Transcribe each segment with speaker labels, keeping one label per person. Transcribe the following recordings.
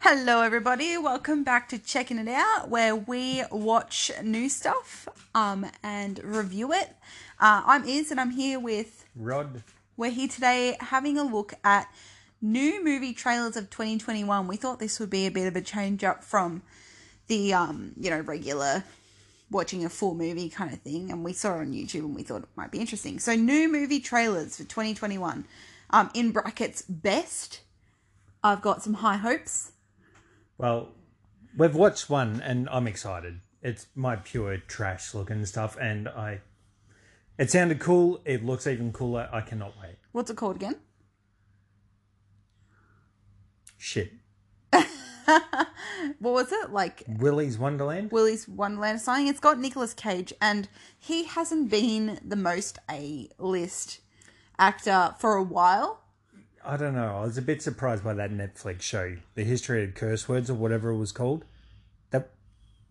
Speaker 1: Hello, everybody. Welcome back to Checking It Out, where we watch new stuff um, and review it. Uh, I'm Iz, and I'm here with.
Speaker 2: Rod.
Speaker 1: We're here today having a look at new movie trailers of 2021. We thought this would be a bit of a change up from the um, you know regular watching a full movie kind of thing, and we saw it on YouTube and we thought it might be interesting. So new movie trailers for 2021. Um, in brackets, best. I've got some high hopes.
Speaker 2: Well, we've watched one and I'm excited. It's my pure trash looking stuff and I it sounded cool, it looks even cooler. I cannot wait.
Speaker 1: What's it called again?
Speaker 2: Shit.
Speaker 1: What was it like?
Speaker 2: Willy's Wonderland?
Speaker 1: Willy's Wonderland or something. It's got Nicolas Cage, and he hasn't been the most A list actor for a while.
Speaker 2: I don't know. I was a bit surprised by that Netflix show, The History of Curse Words or whatever it was called. That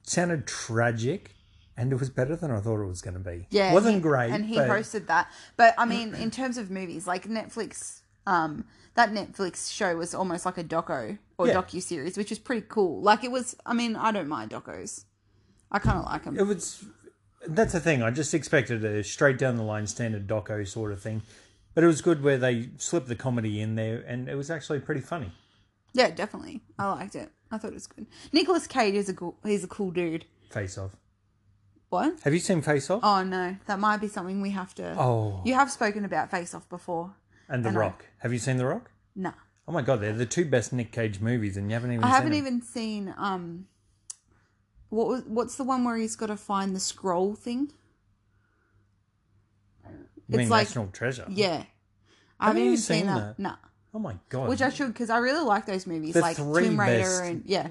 Speaker 2: sounded tragic and it was better than I thought it was going to be.
Speaker 1: Yeah,
Speaker 2: Wasn't
Speaker 1: he-
Speaker 2: great.
Speaker 1: and he
Speaker 2: but
Speaker 1: hosted that. But I mean, in terms of movies, like Netflix, um, that Netflix show was almost like a doco or
Speaker 2: Yeah.
Speaker 1: docu series, which is pretty cool. Like it was. I mean, I don't mind docos. I kind of like them.
Speaker 2: It was that's the thing. I just expected a straight down the line standard doco sort of thing. But it was good where they slipped the comedy in there and it was actually pretty funny.
Speaker 1: Yeah, definitely. I liked it. I thought it was good. Nicolas Cage is a cool, he's a cool dude.
Speaker 2: Face off.
Speaker 1: What?
Speaker 2: Have you seen Face Off?
Speaker 1: Oh no, that might be something we have to.
Speaker 2: Oh.
Speaker 1: You have spoken about Face Off before.
Speaker 2: And The
Speaker 1: And I-
Speaker 2: Rock. Have you seen The Rock?
Speaker 1: Nah,
Speaker 2: Oh my god, they're the two best Nick Cage movies, and you haven't even.
Speaker 1: I haven't
Speaker 2: seen
Speaker 1: even seen um. What was what's the one where he's got to find the scroll thing?
Speaker 2: Them. I mean,
Speaker 1: it's like-
Speaker 2: National Treasure.
Speaker 1: Yeah, I
Speaker 2: Haven't
Speaker 1: haven't
Speaker 2: you
Speaker 1: even
Speaker 2: seen
Speaker 1: seen that.
Speaker 2: that?
Speaker 1: Nah,
Speaker 2: Oh my god.
Speaker 1: which I should because I really like those movies
Speaker 2: The
Speaker 1: like
Speaker 2: three
Speaker 1: Tomb Raider
Speaker 2: best-
Speaker 1: and yeah,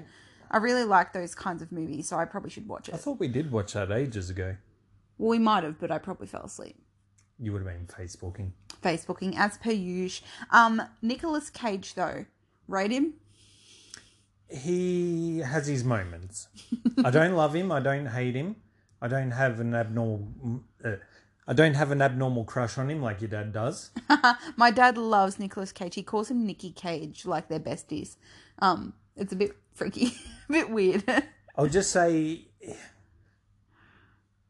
Speaker 1: I really like those kinds of movies, so I probably should watch
Speaker 2: I
Speaker 1: it.
Speaker 2: thought we did watch that ages ago.
Speaker 1: Well, we might have, but I probably fell asleep.
Speaker 2: You would have been facebooking.
Speaker 1: Facebooking as per usual. Um, Nicholas Cage though, rate him.
Speaker 2: He has his moments. I don't love him. I don't hate him. I don't have an abnormal. mm, Uh, I don't have an abnormal crush on him like your dad does.
Speaker 1: My dad loves Nicolas Cage. He calls him Nicky Cage, like their besties. Um, it's a bit freaky, a bit weird.
Speaker 2: I'll just say,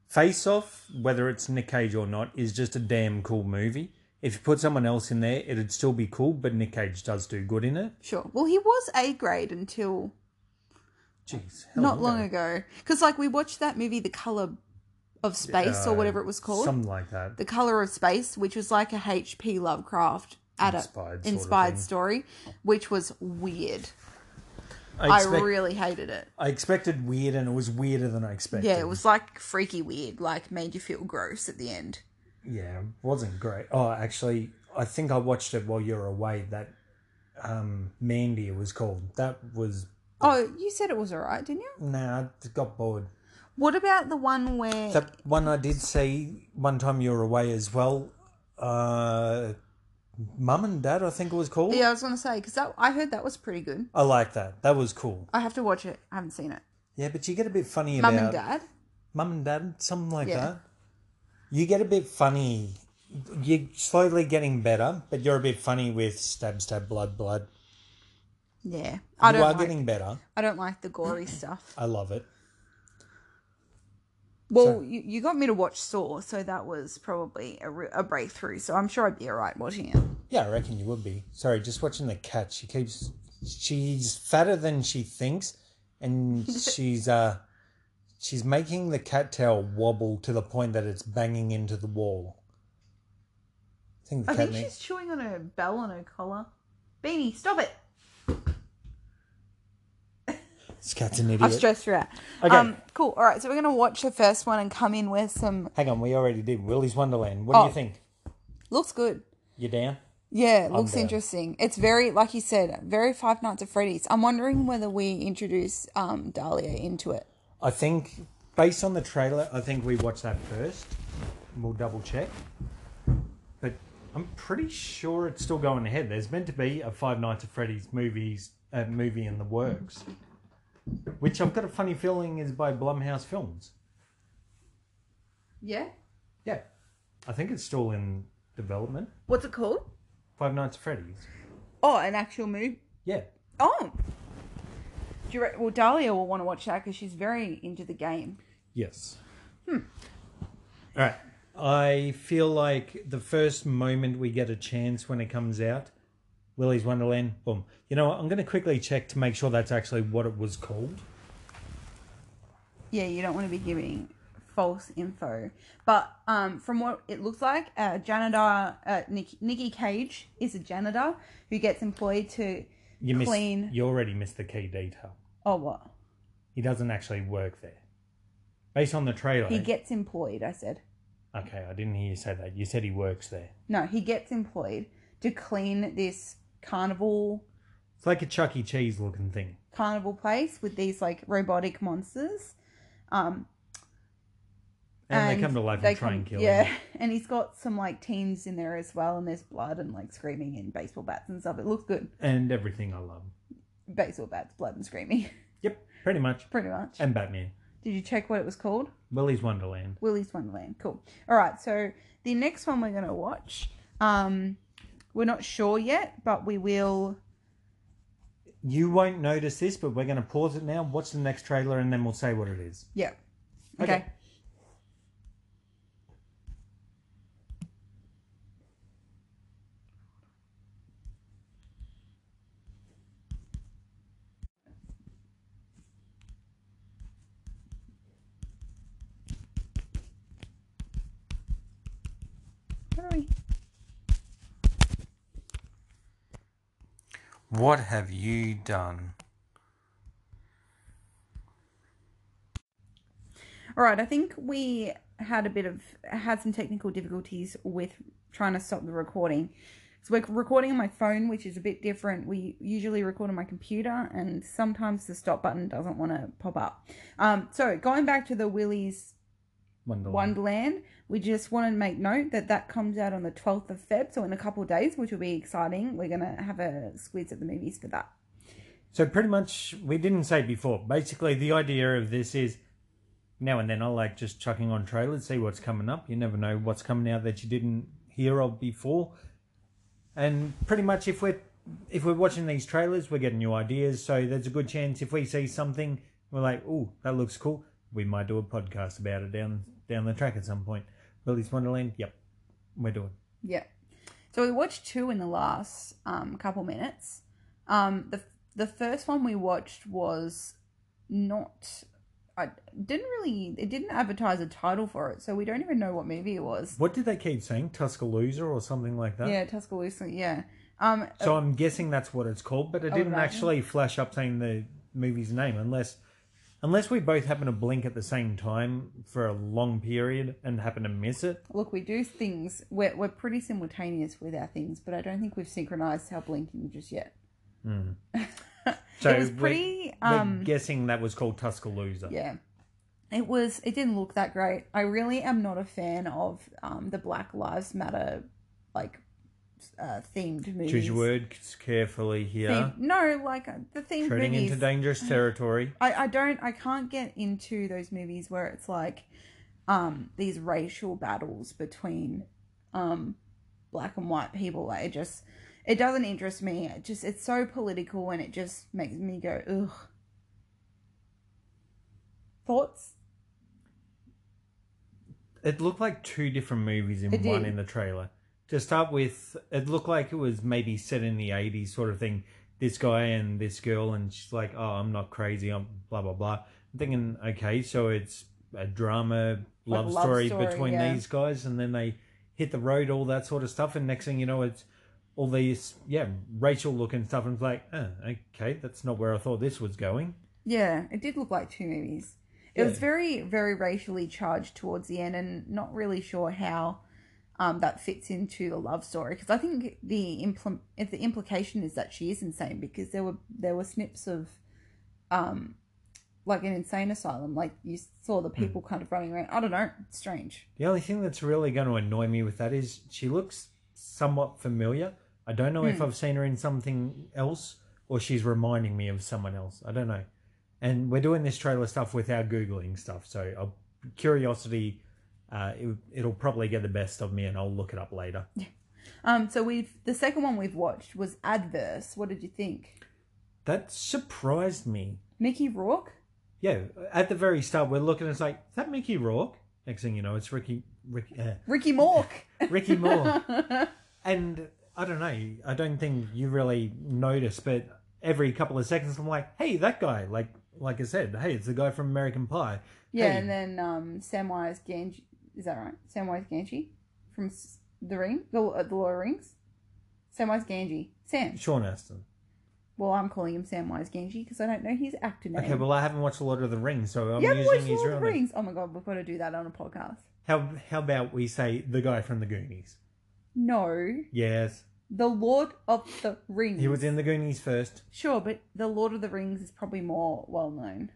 Speaker 2: Face Off, whether it's Nick Cage or not, is just a damn cool movie. If you put someone else in there, it'd still be cool, but Nick Cage does do good in it.
Speaker 1: sure. Well, he was A grade until
Speaker 2: Jeez,
Speaker 1: not long ago, because like we watched that movie, The Color of Space, or whatever it was called,
Speaker 2: something like that.
Speaker 1: The Color of Space, which was like a H.P. Lovecraft adap-
Speaker 2: Inspired
Speaker 1: inspired,
Speaker 2: sort of thing.
Speaker 1: story, which was weird.
Speaker 2: I,
Speaker 1: I
Speaker 2: expect-
Speaker 1: really hated it.
Speaker 2: I expected weird, and it was weirder than I expected.
Speaker 1: Yeah, it was like freaky weird, like made you feel gross at the end.
Speaker 2: Yeah, it wasn't great. Oh, actually, I think I watched it while you were away. That um, Mandy it was called. That was
Speaker 1: Oh, you said it was alright, didn't you?
Speaker 2: nah. I got bored.
Speaker 1: What about the one where
Speaker 2: That one I did see one time you were away as well. Uh, Mum and Dad, I think it was called.
Speaker 1: Yeah, I was gonna say because that I heard that was pretty good.
Speaker 2: I like that. That was cool.
Speaker 1: I have to watch it. I haven't seen it.
Speaker 2: Yeah, but you get a bit funny
Speaker 1: Mum
Speaker 2: about
Speaker 1: and Dad.
Speaker 2: mum and dad, something like
Speaker 1: Yeah.
Speaker 2: that. You get a bit funny. You're slowly getting better, but you're a bit funny with stab, stab, blood, blood.
Speaker 1: Yeah, I
Speaker 2: you
Speaker 1: don't.
Speaker 2: are
Speaker 1: Like,
Speaker 2: getting better.
Speaker 1: I don't like the gory stuff.
Speaker 2: I love it.
Speaker 1: Well, you, you got me to watch Saw, so that was probably a, re- a breakthrough. So I'm sure I'd be alright watching it.
Speaker 2: Yeah, I reckon you would be. Sorry, just watching the cat. She keeps. She's fatter than she thinks, and she's uh, she's making the cat tail wobble to the point that it's banging into the wall. I think the
Speaker 1: I
Speaker 2: cat
Speaker 1: think
Speaker 2: needs.
Speaker 1: she's chewing on her bell on her collar. Beanie, stop it!
Speaker 2: This cat's an
Speaker 1: I've
Speaker 2: idiot.
Speaker 1: stressed her out.
Speaker 2: Okay.
Speaker 1: Um, cool. All right, so we're gonna watch the first one and come in with some.
Speaker 2: Hang on, we already did Willy's Wonderland. What do
Speaker 1: Oh.
Speaker 2: you think?
Speaker 1: Looks good.
Speaker 2: You down?
Speaker 1: Yeah, it looks
Speaker 2: down.
Speaker 1: interesting. It's very, like you said, very Five Nights at Freddy's. I'm wondering whether we introduce um, Dahlia into it.
Speaker 2: I think, based on the trailer, I think we watch that first. We'll double check. But I'm pretty sure it's still going ahead. There's meant to be a Five Nights at Freddy's movies uh, movie in the works, which I've got a funny feeling is by Blumhouse Films.
Speaker 1: Yeah.
Speaker 2: Yeah, I think it's still in development.
Speaker 1: What's it called?
Speaker 2: Five Nights at Freddy's.
Speaker 1: Oh, an actual movie.
Speaker 2: Yeah,
Speaker 1: Oh, direct, well, Dahlia will want to watch that because she's very into the game.
Speaker 2: Yes. Hmm. All right. I feel like the first moment we get a chance when it comes out, Willy's Wonderland, boom. You know what? I'm going to quickly check to make sure that's actually what it was called.
Speaker 1: Yeah, you don't want to be giving false info. But um, from what it looks like, uh, janitor uh, Nick, Nikki Cage is a janitor who gets employed to
Speaker 2: You missed,
Speaker 1: clean.
Speaker 2: You already missed the key detail.
Speaker 1: Oh, what?
Speaker 2: He doesn't actually work there. Based on the trailer.
Speaker 1: He gets employed, I said.
Speaker 2: okay, I didn't hear you say that. You said he works there.
Speaker 1: No, he gets employed to clean this carnival
Speaker 2: It's like a Chuck E. Cheese looking thing.
Speaker 1: carnival place with these like robotic monsters. Um,
Speaker 2: And, they come to life
Speaker 1: they
Speaker 2: and try
Speaker 1: come-
Speaker 2: and kill
Speaker 1: Yeah,
Speaker 2: him.
Speaker 1: and he's got some like teens in there as well, and there's blood and like screaming and baseball bats and stuff. It looks good.
Speaker 2: And everything I love.
Speaker 1: Baseball bats, blood and screaming,
Speaker 2: Yep, pretty much.
Speaker 1: pretty much.
Speaker 2: And Batman.
Speaker 1: Did you check what it was called?
Speaker 2: Willy's Wonderland.
Speaker 1: Willy's Wonderland. Cool. All right, so the next one we're gonna watch. Um, we're not sure yet, but we will.
Speaker 2: You won't notice this, but we're going to pause it now, watch the next trailer, and then we'll say what it is.
Speaker 1: Yeah.
Speaker 2: Okay.
Speaker 1: okay. Hurry.
Speaker 2: What have you done?
Speaker 1: All right, I think we had a bit of had some technical difficulties with trying to stop the recording. So we're recording on my phone, which is a bit different. We usually record on my computer, and sometimes the stop button doesn't want to pop up. Um, so going back to the Willy's
Speaker 2: Wonderland.
Speaker 1: Wonderland, we just want to make note that that comes out on the 12th of Feb, so in a couple of days, which will be exciting. We're gonna have a squeeze at the movies for that.
Speaker 2: So pretty much, we didn't say before. Basically, the idea of this is now and then I like just chucking on trailers, see what's coming up. You never know what's coming out that you didn't hear of before. And pretty much, if we're if we're watching these trailers, we're getting new ideas. So there's a good chance if we see something, we're like, "Oh, that looks cool." We might do a podcast about it down down the track at some point. Willy's Wonderland. Yep, we're doing.
Speaker 1: Yeah. So we watched two in the last um, couple minutes. Um, the the first one we watched was not. I didn't really. It didn't advertise a title for it, so we don't even know what movie it was.
Speaker 2: What did they keep saying? Tuscaloosa or something like that.
Speaker 1: Yeah, Tuscaloosa. Yeah. Um,
Speaker 2: So I'm guessing that's what it's called, but it
Speaker 1: Oh,
Speaker 2: didn't
Speaker 1: right.
Speaker 2: actually flash up saying the movie's name unless unless we both happen to blink at the same time for a long period and happen to miss it.
Speaker 1: look, we do things. We're we're pretty simultaneous with our things, but I don't think we've synchronized our blinking just yet.
Speaker 2: So
Speaker 1: it was
Speaker 2: we're-
Speaker 1: pretty.
Speaker 2: we're,
Speaker 1: um,
Speaker 2: guessing that was called Tuscaloosa.
Speaker 1: Yeah. It was it didn't look that great. I really am not a fan of um the Black Lives Matter like uh themed movies.
Speaker 2: Choose your words carefully here.
Speaker 1: Theme- no, like uh, the themed
Speaker 2: Treading
Speaker 1: movies.
Speaker 2: into dangerous territory.
Speaker 1: I I don't I can't get into those movies where it's like um these racial battles between um black and white people. Like it just it doesn't interest me. It just it's so political and it just makes me go ugh. Thoughts?
Speaker 2: It looked like two different movies in
Speaker 1: It
Speaker 2: one
Speaker 1: did.
Speaker 2: in the trailer. To start with, it looked like it was maybe set in the 80s sort of thing. This guy and this girl, and she's like, oh, I'm not crazy, I'm blah, blah, blah. I'm thinking, okay, so it's a drama
Speaker 1: Like
Speaker 2: love,
Speaker 1: love
Speaker 2: story,
Speaker 1: story,
Speaker 2: between
Speaker 1: yeah.
Speaker 2: these guys, and then they hit the road, all that sort of stuff. And next thing you know, it's all these, yeah, racial looking stuff. And it's like, oh, okay, that's not where I thought this was going.
Speaker 1: Yeah, it did look like two movies. It was
Speaker 2: Yeah.
Speaker 1: very, very racially charged towards the end, and not really sure how um, that fits into the love story. Because I think the impl- if the implication is that she is insane, because there were there were snips of, um, like an insane asylum. Like you saw
Speaker 2: Hmm.
Speaker 1: the people kind of running around. I don't know. It's strange.
Speaker 2: The only thing that's really going to annoy me with that is she looks somewhat familiar. I don't know if I've seen her in something else or she's reminding me of someone else. I don't know. And we're doing this trailer stuff without googling stuff, so I'll, curiosity uh, it, it'll probably get the best of me, and I'll look it up later.
Speaker 1: Um, so we've the second one we've watched was Adverse. What did you think?
Speaker 2: That surprised me.
Speaker 1: Mickey Rourke?
Speaker 2: Yeah, at the very start, we're looking. It's like is that Mickey Rourke. Next thing you know, it's Ricky, Ricky, uh,
Speaker 1: Ricky Mork.
Speaker 2: Ricky Moore. and I don't know. I don't think you really notice, but every couple of seconds, I'm like, hey, that guy. Like, like I said, hey, it's the guy from American Pie.
Speaker 1: yeah,
Speaker 2: Hey,
Speaker 1: and then um, Samwise Ganji. Is that right? Samwise Ganji from S- The Ring? The, uh, the Lord of the Rings? Samwise Ganji. Sam.
Speaker 2: Sean Astin.
Speaker 1: Well, I'm calling him Samwise Ganji because I don't know his actor name.
Speaker 2: Okay, well, I haven't watched a lot of the Rings, so I'm
Speaker 1: you haven't watched
Speaker 2: using his
Speaker 1: Lord of
Speaker 2: real
Speaker 1: the
Speaker 2: name.
Speaker 1: Rings? Oh my god, we've got to do that on a podcast.
Speaker 2: How how about we say the guy from the Goonies?
Speaker 1: No,
Speaker 2: Yes,
Speaker 1: The Lord of the Rings.
Speaker 2: he was in the Goonies first.
Speaker 1: Sure, but The Lord of the Rings is probably more well known.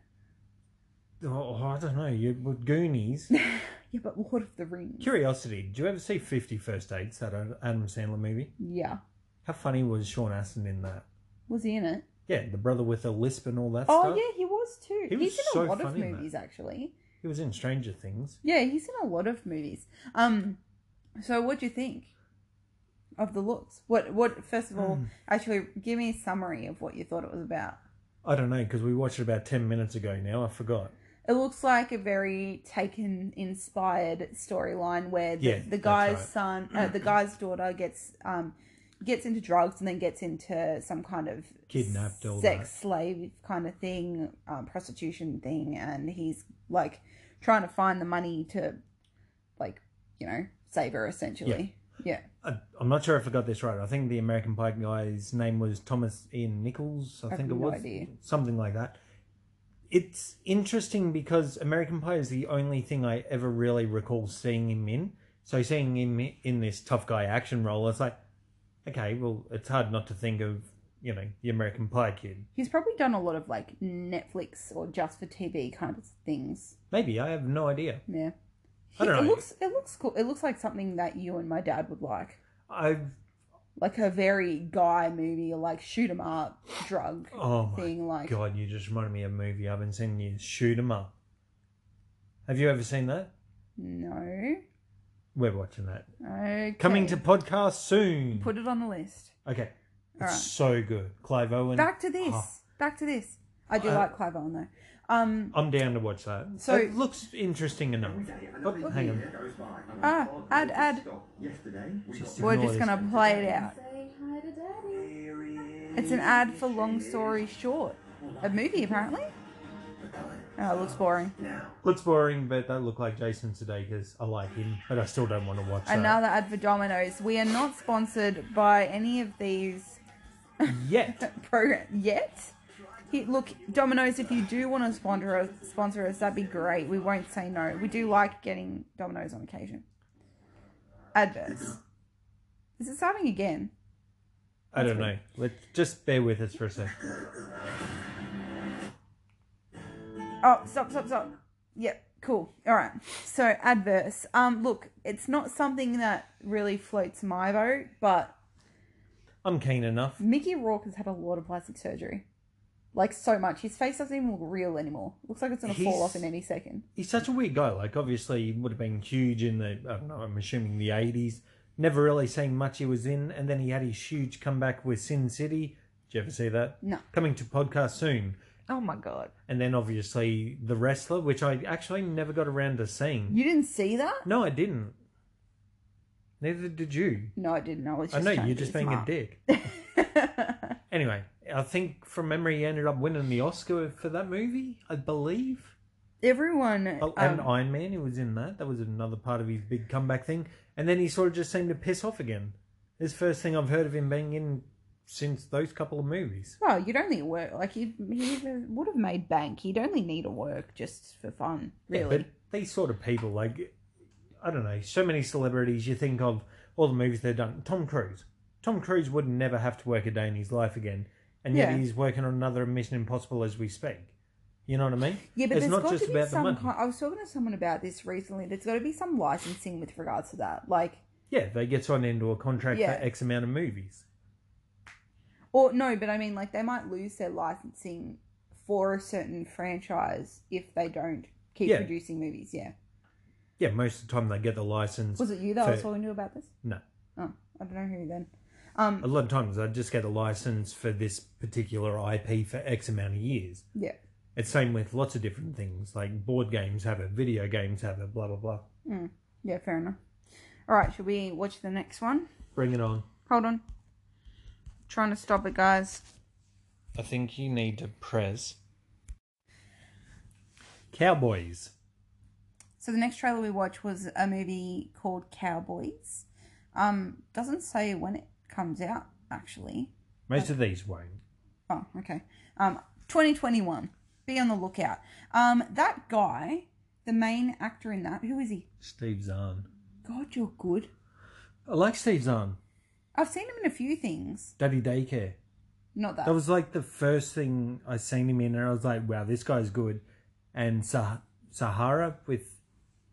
Speaker 2: Oh, I don't know. You but Goonies.
Speaker 1: Yeah, but Lord of the Rings.
Speaker 2: Curiosity. Did you ever see Fifty First Dates? That Adam Sandler movie.
Speaker 1: Yeah.
Speaker 2: How funny was Sean Astin in that?
Speaker 1: Was he in it?
Speaker 2: Yeah, the brother with the lisp and all that
Speaker 1: Oh
Speaker 2: stuff.
Speaker 1: yeah, he was too.
Speaker 2: He
Speaker 1: he's
Speaker 2: was
Speaker 1: in
Speaker 2: so
Speaker 1: a lot of
Speaker 2: funny in that.
Speaker 1: movies actually.
Speaker 2: He was in Stranger Things.
Speaker 1: Yeah, he's in a lot of movies. Um so what do you think of the looks? What what first of all, actually give me a summary of what you thought it was about.
Speaker 2: I don't know because we watched it about ten minutes ago. Now I forgot.
Speaker 1: It looks like a very taken inspired storyline where the,
Speaker 2: Yeah,
Speaker 1: the
Speaker 2: that's
Speaker 1: guy's
Speaker 2: right. Mm-hmm.
Speaker 1: son uh, the guy's daughter gets um gets into drugs and then gets into some kind of
Speaker 2: Kidnapped, all
Speaker 1: sex slave kind of thing, um, prostitution thing, and he's like trying to find the money to like, you know, save her essentially. Yeah.
Speaker 2: I, I'm not sure if I got this right. I think the American Pie guy's name was Thomas Ian Nichols. I,
Speaker 1: have
Speaker 2: think it
Speaker 1: no
Speaker 2: was
Speaker 1: idea.
Speaker 2: something like that. It's interesting because American Pie is the only thing I ever really recall seeing him in. So seeing him i- in this tough guy action role, it's like, okay, well, it's hard not to think of you know the American Pie kid.
Speaker 1: He's probably done a lot of like Netflix or just for TV kind of things.
Speaker 2: Maybe I have no idea.
Speaker 1: Yeah.
Speaker 2: I don't
Speaker 1: it
Speaker 2: know.
Speaker 1: looks it looks cool. It looks like something that you and my dad would like.
Speaker 2: I've
Speaker 1: Like a very guy movie, like shoot 'em up, drug
Speaker 2: oh my
Speaker 1: thing, like
Speaker 2: God, you just reminded me of a movie I haven't seen in years. Shoot 'em up. Have you ever seen that?
Speaker 1: no.
Speaker 2: We're watching that.
Speaker 1: Okay.
Speaker 2: Coming to podcast soon.
Speaker 1: put it on the list.
Speaker 2: okay. It's
Speaker 1: Alright.
Speaker 2: so good. Clive Owen.
Speaker 1: back to this.
Speaker 2: Oh,
Speaker 1: Back to this. I do
Speaker 2: Uh,
Speaker 1: like Clive Owen though. Um.
Speaker 2: I'm down to watch that.
Speaker 1: So-
Speaker 2: So it looks interesting enough. Oh, hang on.
Speaker 1: Ah, ad, ad.
Speaker 3: Yesterday, we
Speaker 2: Just
Speaker 1: We're
Speaker 2: ignore
Speaker 1: just
Speaker 2: this.
Speaker 1: gonna play it out.
Speaker 4: Say hi to daddy.
Speaker 1: It's an ad for Long Story Short, a movie apparently. Oh, it looks boring.
Speaker 2: Looks boring, but that looked like Jason Sudeikis. I like him, but I still don't want to watch that.
Speaker 1: Another ad for Domino's. We are not sponsored by any of these
Speaker 2: Yet.
Speaker 1: program yet. He, look, Domino's, if you do want to sponsor us, sponsor us, that'd be great. We won't say no. We do like getting Domino's on occasion. Adverts. Is it starting again?
Speaker 2: I don't know. Let's just bear with us for a sec.
Speaker 1: Oh, stop, stop, stop. Yep, cool. All right. So adverse. Um, look, it's not something that really floats my boat, but
Speaker 2: I'm keen enough.
Speaker 1: Mickey Rourke has had a lot of plastic surgery, like so much. His face doesn't even look real anymore. Looks like it's gonna
Speaker 2: He's-
Speaker 1: fall off in any second.
Speaker 2: He's such a weird guy. Like, obviously, he would have been huge in the, I don't know, I'm assuming the 80s. Never really seen much he was in. And then he had his huge comeback with Sin City. Did you ever see that?
Speaker 1: No.
Speaker 2: Coming to podcast soon.
Speaker 1: Oh my god.
Speaker 2: and then obviously the wrestler, which I actually never got around to seeing.
Speaker 1: You didn't see that?
Speaker 2: No, I didn't. Neither did you.
Speaker 1: No, I didn't. I was
Speaker 2: I
Speaker 1: just.
Speaker 2: know
Speaker 1: trying
Speaker 2: you're
Speaker 1: to
Speaker 2: just
Speaker 1: be
Speaker 2: being
Speaker 1: smart.
Speaker 2: a dick. anyway, I think from memory, he ended up winning the Oscar for that movie, I believe.
Speaker 1: Everyone.
Speaker 2: Oh, and
Speaker 1: um,
Speaker 2: Iron Man, he was in that. That was another part of his big comeback thing. And then he sort of just seemed to piss off again. This first thing I've heard of him being in since those couple of movies.
Speaker 1: well, you'd only work like you. He would have made bank. He'd only need to work just for fun,
Speaker 2: Yeah,
Speaker 1: really.
Speaker 2: but these sort of people, like, I don't know, so many celebrities you think of, all the movies they've done. Tom Cruise. Tom Cruise would never have to work a day in his life again, and yet
Speaker 1: Yeah.
Speaker 2: he's working on another Mission Impossible as we speak. You know what I mean?
Speaker 1: Yeah, but
Speaker 2: it's
Speaker 1: there's
Speaker 2: not
Speaker 1: got
Speaker 2: just
Speaker 1: to be
Speaker 2: about the
Speaker 1: some
Speaker 2: money.
Speaker 1: kind. I was talking to someone about this recently. There's got to be some licensing with regards to that, like
Speaker 2: Yeah, they get signed into a contract
Speaker 1: Yeah.
Speaker 2: for X amount of movies.
Speaker 1: or no, but I mean like they might lose their licensing for a certain franchise if they don't keep
Speaker 2: Yeah.
Speaker 1: producing movies. Yeah,
Speaker 2: Yeah, most of the time they get the license.
Speaker 1: was it you that I was
Speaker 2: for-
Speaker 1: talking to about this?
Speaker 2: No.
Speaker 1: Oh, I don't know who then. Um,
Speaker 2: A lot of times they just get a license for this particular IP for X amount of years.
Speaker 1: Yeah,
Speaker 2: It's same with lots of different things, like board games have it, video games have it, blah blah blah.
Speaker 1: Yeah, fair enough. All right, should we watch the next one?
Speaker 2: Bring it on.
Speaker 1: Hold on. Trying to stop it, guys.
Speaker 2: I think you need to press. Cowboys.
Speaker 1: So the next trailer we watched was a movie called Cowboys. Um, doesn't say when it comes out actually. Uh,
Speaker 2: Most of these won't.
Speaker 1: Oh, okay. Um, 2021. Be on the lookout. Um, that guy, the main actor in that, who is he?
Speaker 2: Steve Zahn.
Speaker 1: God, you're good.
Speaker 2: I like Steve Zahn.
Speaker 1: I've seen him in a few things.
Speaker 2: Daddy Daycare.
Speaker 1: Not that.
Speaker 2: That was like the first thing I seen him in, and I was like, wow, this guy's good. And Sah- Sahara with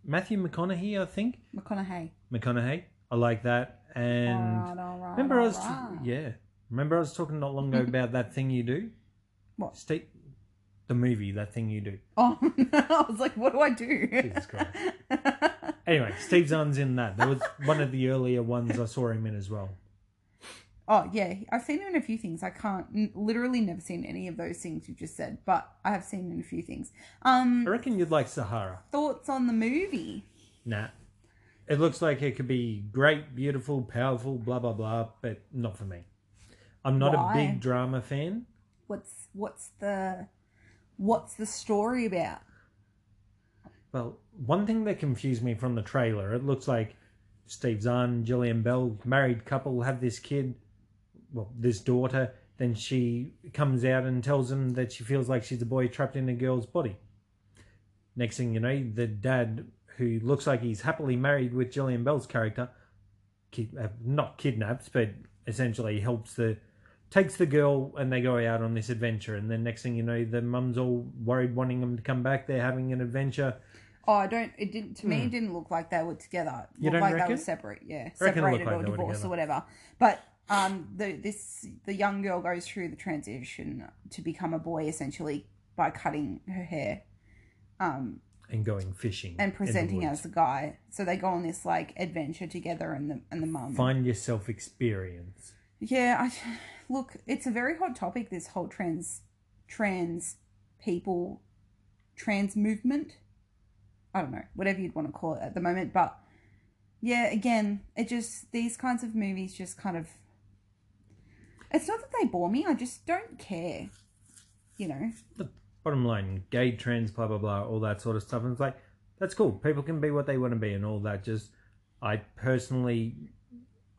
Speaker 2: Matthew McConaughey, I think.
Speaker 1: McConaughey.
Speaker 2: McConaughey. I like that. And
Speaker 1: Alright, alright,
Speaker 2: remember, I was
Speaker 1: alright.
Speaker 2: yeah. Remember, I was talking not long ago about that thing you do.
Speaker 1: What?
Speaker 2: Steve, the movie, that thing you do.
Speaker 1: Oh, I was like, what do I do?
Speaker 2: Jesus Christ. Anyway, Steve Zahn's in that. That was one of the earlier ones I saw him in as well.
Speaker 1: Oh yeah, I've seen him in a few things. I can't n- literally never seen any of those things you just said, but I have seen him in a few things. Um,
Speaker 2: I reckon you'd like Sahara.
Speaker 1: thoughts on the movie?
Speaker 2: Nah. It looks like it could be great, beautiful, powerful, blah blah blah, but not for me. I'm not
Speaker 1: Why?
Speaker 2: a big drama fan.
Speaker 1: What's what's the what's the story about?
Speaker 2: Well, one thing that confused me from the trailer, it looks like Steve Zahn, Gillian Bell, married couple, have this kid, well, this daughter. Then she comes out and tells him that she feels like she's a boy trapped in a girl's body. Next thing you know, the dad, who looks like he's happily married with Gillian Bell's character, kid, uh, not kidnaps, but essentially helps the takes the girl and they go out on this adventure and then next thing you know the mum's all worried wanting them to come back they're having an adventure
Speaker 1: Oh, I don't. It didn't to me. It didn't look like they were together. It
Speaker 2: Hmm. You
Speaker 1: looked
Speaker 2: don't
Speaker 1: like they
Speaker 2: reckon?
Speaker 1: were separate. Yeah,
Speaker 2: I reckon it looked
Speaker 1: separated
Speaker 2: like
Speaker 1: or
Speaker 2: they were
Speaker 1: divorced or
Speaker 2: together.
Speaker 1: whatever. But um, the this the young girl goes through the transition to become a boy essentially by cutting her hair. Um,
Speaker 2: and going fishing in
Speaker 1: and
Speaker 2: the
Speaker 1: presenting
Speaker 2: woods.
Speaker 1: as the guy. So they go on this like adventure together, and the and the mum.
Speaker 2: find yourself experience.
Speaker 1: Yeah, I look. It's a very hot topic. This whole trans, trans people, trans movement. I don't know, whatever you'd want to call it at the moment, but yeah, again, it just these kinds of movies just kind of. It's not that they bore me. I just don't care. You know,
Speaker 2: The bottom line, gay, trans, blah blah blah, all that sort of stuff. And it's like that's cool. People can be what they want to be and all that. Just I personally,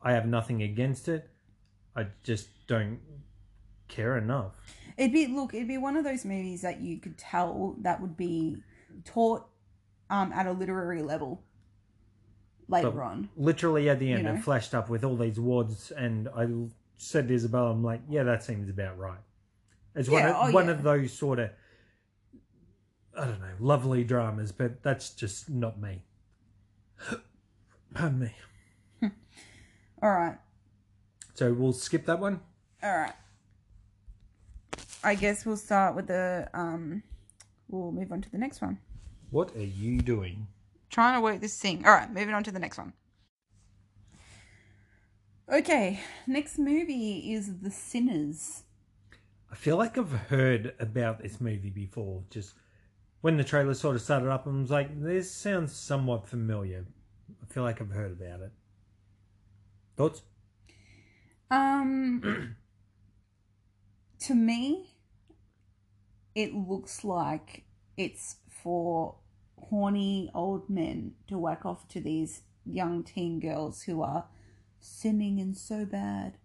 Speaker 2: I have nothing against it. I just don't care enough.
Speaker 1: It'd be look, it'd be one of those movies that you could tell that would be taught um, at a literary level later
Speaker 2: But-
Speaker 1: on.
Speaker 2: Literally at the end,
Speaker 1: know?
Speaker 2: it flashed up with all these awards, and I l- said to Isabella, "I'm like, yeah, that seems about right." It's one
Speaker 1: Yeah,
Speaker 2: of,
Speaker 1: oh,
Speaker 2: one
Speaker 1: yeah.
Speaker 2: of those sort of I don't know, lovely dramas, but that's just not me. Pardon me.
Speaker 1: All right,
Speaker 2: So we'll skip that one.
Speaker 1: all right. I guess we'll start with the um. We'll move on to the next one.
Speaker 2: What are you doing?
Speaker 1: Trying to work this thing. All right, moving on to the next one. Okay, next movie is The Sinners.
Speaker 2: I feel like I've heard about this movie before. Just when the trailer sort of started up, I was like, "This sounds somewhat familiar." I feel like I've heard about it. Thoughts?
Speaker 1: Um, to me, it looks like it's for horny old men to whack off to these young teen girls who are sinning and so bad.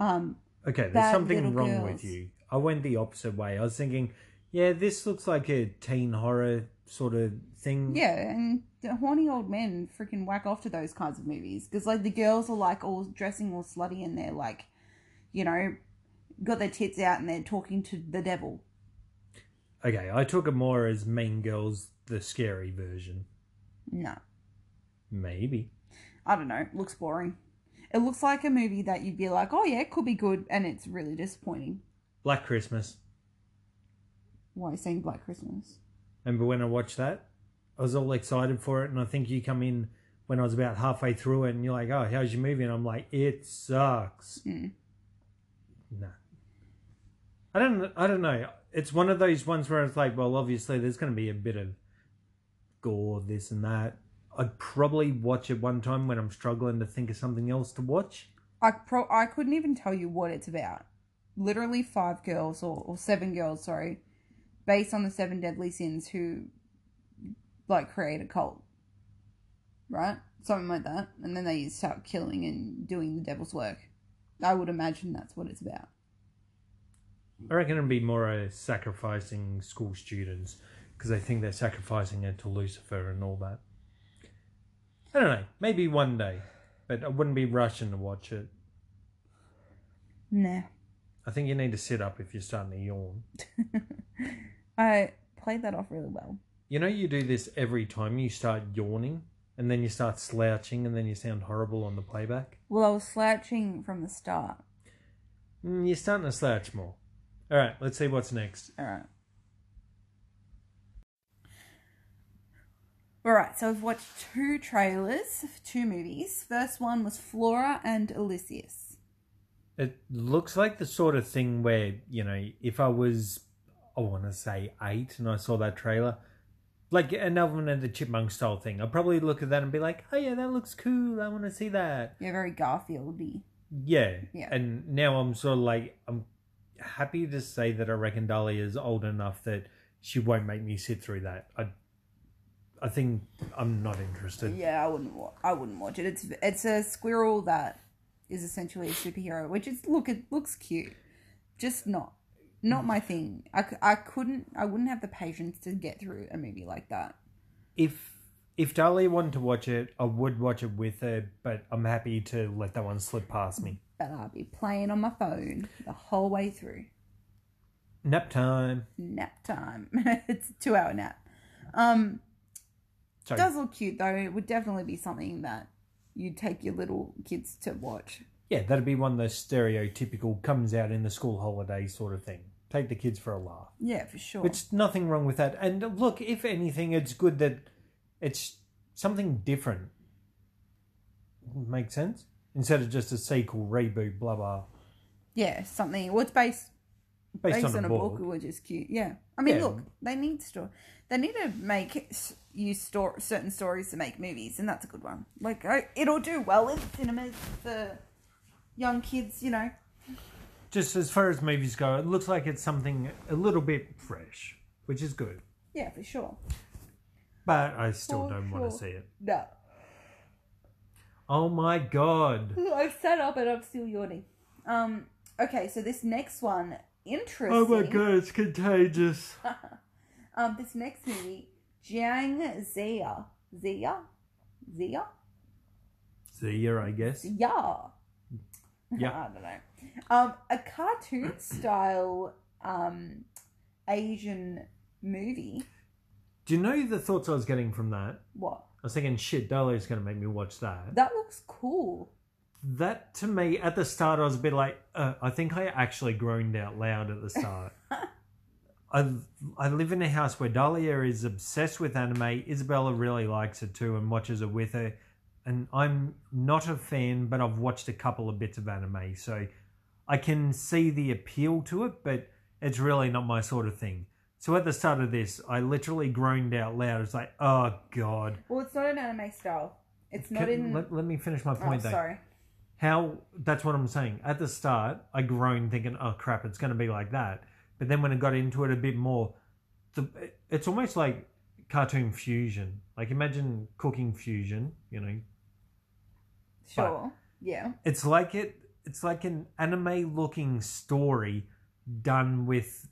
Speaker 1: Um,
Speaker 2: Okay, there's
Speaker 1: Bad
Speaker 2: something
Speaker 1: little
Speaker 2: wrong
Speaker 1: girls.
Speaker 2: with you. I went the opposite way. I was thinking, yeah, this looks like a teen horror sort of thing.
Speaker 1: yeah, and the horny old men freaking whack off to those kinds of movies because like the girls are like all dressing all slutty and they're like, you know, got their tits out and they're talking to the devil.
Speaker 2: Okay, I took it more as Mean Girls, the scary version.
Speaker 1: No.
Speaker 2: Maybe.
Speaker 1: I don't know, looks boring. It looks like a movie that you'd be like, oh yeah, it could be good, and it's really disappointing.
Speaker 2: Black Christmas.
Speaker 1: Why are you saying Black Christmas?
Speaker 2: Remember when I watched that? I was all excited for it, and I think you come in when I was about halfway through it, and you're like, "Oh, how's your movie?" And I'm like, "It sucks."
Speaker 1: Mm.
Speaker 2: No, I don't. I don't know. It's one of those ones where it's like, well, obviously there's going to be a bit of gore, this and that. I'd probably watch it one time when I'm struggling to think of something else to watch.
Speaker 1: I pro- I couldn't even tell you what it's about. Literally five girls or, or seven girls, sorry, based on the seven deadly sins who like create a cult. Right? Something like that. And then they start killing and doing the devil's work. I would imagine that's what it's about.
Speaker 2: I reckon it'd be more uh, sacrificing school students because they think they're sacrificing it to Lucifer and all that. I don't know. Maybe one day, but I wouldn't be rushing to watch it.
Speaker 1: Nah.
Speaker 2: I think you need to sit up if you're starting to yawn.
Speaker 1: I played that off really well.
Speaker 2: You know, you do this every time you start yawning, and then you start slouching, and then you sound horrible on the playback.
Speaker 1: Well, I was slouching from the start.
Speaker 2: Mm, you're starting to slouch more. All right, let's see what's next.
Speaker 1: All right. All right, so I've watched two trailers for two movies. First one was Flora and Odysseus.
Speaker 2: It looks like the sort of thing where, you know, if I was, I want to say eight and I saw that trailer, like an Alvin and the Chipmunk style thing, I'd probably look at that and be like, oh yeah, that looks cool. I want to see that.
Speaker 1: Yeah, very Garfieldy.
Speaker 2: Yeah.
Speaker 1: Yeah.
Speaker 2: And now I'm sort of like, I'm happy to say that I reckon Dahlia is old enough that she won't make me sit through that. I, I think I'm not interested.
Speaker 1: Yeah, I wouldn't. Wa- I wouldn't watch it. It's it's a squirrel that is essentially a superhero, which is look. It looks cute, just not not my thing. I, c- I couldn't. I wouldn't have the patience to get through a movie like that.
Speaker 2: if if Dahlia wanted to watch it, I would watch it with her, but I'm happy to let that one slip past me.
Speaker 1: But I'll be playing on my phone the whole way through.
Speaker 2: Nap time.
Speaker 1: nap time. it's a two hour nap. Um, it
Speaker 2: Sorry.
Speaker 1: does look cute though. It would definitely be something that you'd take your little kids to watch.
Speaker 2: yeah, that'd be one of those stereotypical comes out in the school holiday sort of thing. Take the kids for a laugh.
Speaker 1: Yeah, for sure.
Speaker 2: It's nothing wrong with that. And look, if anything, it's good that it's something different. Make sense? Instead of just a sequel, reboot, blah blah.
Speaker 1: yeah, something. Well, it's based
Speaker 2: Based, on, a book.
Speaker 1: which is cute. Yeah, I mean,
Speaker 2: Yeah.
Speaker 1: look, they need sto- They need to make s- use sto- certain stories to make movies, and that's a good one. Like I, it'll do well in cinemas for young kids. You know,
Speaker 2: Just as far as movies go, it looks like it's something a little bit fresh, which is good.
Speaker 1: yeah, for sure.
Speaker 2: But I still
Speaker 1: For
Speaker 2: don't want to
Speaker 1: sure.
Speaker 2: see it.
Speaker 1: No,
Speaker 2: Oh my god.
Speaker 1: I've sat up and I'm still yawning. Um. Okay, so this next one, interesting.
Speaker 2: Oh it's contagious.
Speaker 1: Um, this next movie, Jiang Zia, Zia, Zia,
Speaker 2: Zia, I guess.
Speaker 1: Ya.
Speaker 2: Yeah.
Speaker 1: I don't know. Um, a cartoon style um Asian movie.
Speaker 2: Do you know the thoughts I was getting from that?
Speaker 1: What?
Speaker 2: I was thinking, shit, Dahlia's going to make me watch that.
Speaker 1: That looks cool.
Speaker 2: That to me, at the start, I was a bit like, uh, I think I actually groaned out loud at the start. I, I live in a house where Dahlia is obsessed with anime. Isabella really likes it too and watches it with her. And I'm not a fan, but I've watched a couple of bits of anime. So I can see the appeal to it, but it's really not my sort of thing. So at the start of this, I literally groaned out loud. It's like, oh God.
Speaker 1: Well, it's not an anime style. It's not
Speaker 2: Can-
Speaker 1: in.
Speaker 2: let, let me finish my
Speaker 1: oh,
Speaker 2: point though
Speaker 1: sorry.
Speaker 2: how that's what I'm saying. At the start, I groaned thinking, "Oh crap, it's going to be like that." But then when I got into it a bit more, the, it's almost like cartoon fusion. Like imagine cooking fusion. You know,
Speaker 1: Sure. yeah.
Speaker 2: it's like it. It's like an anime-looking story done with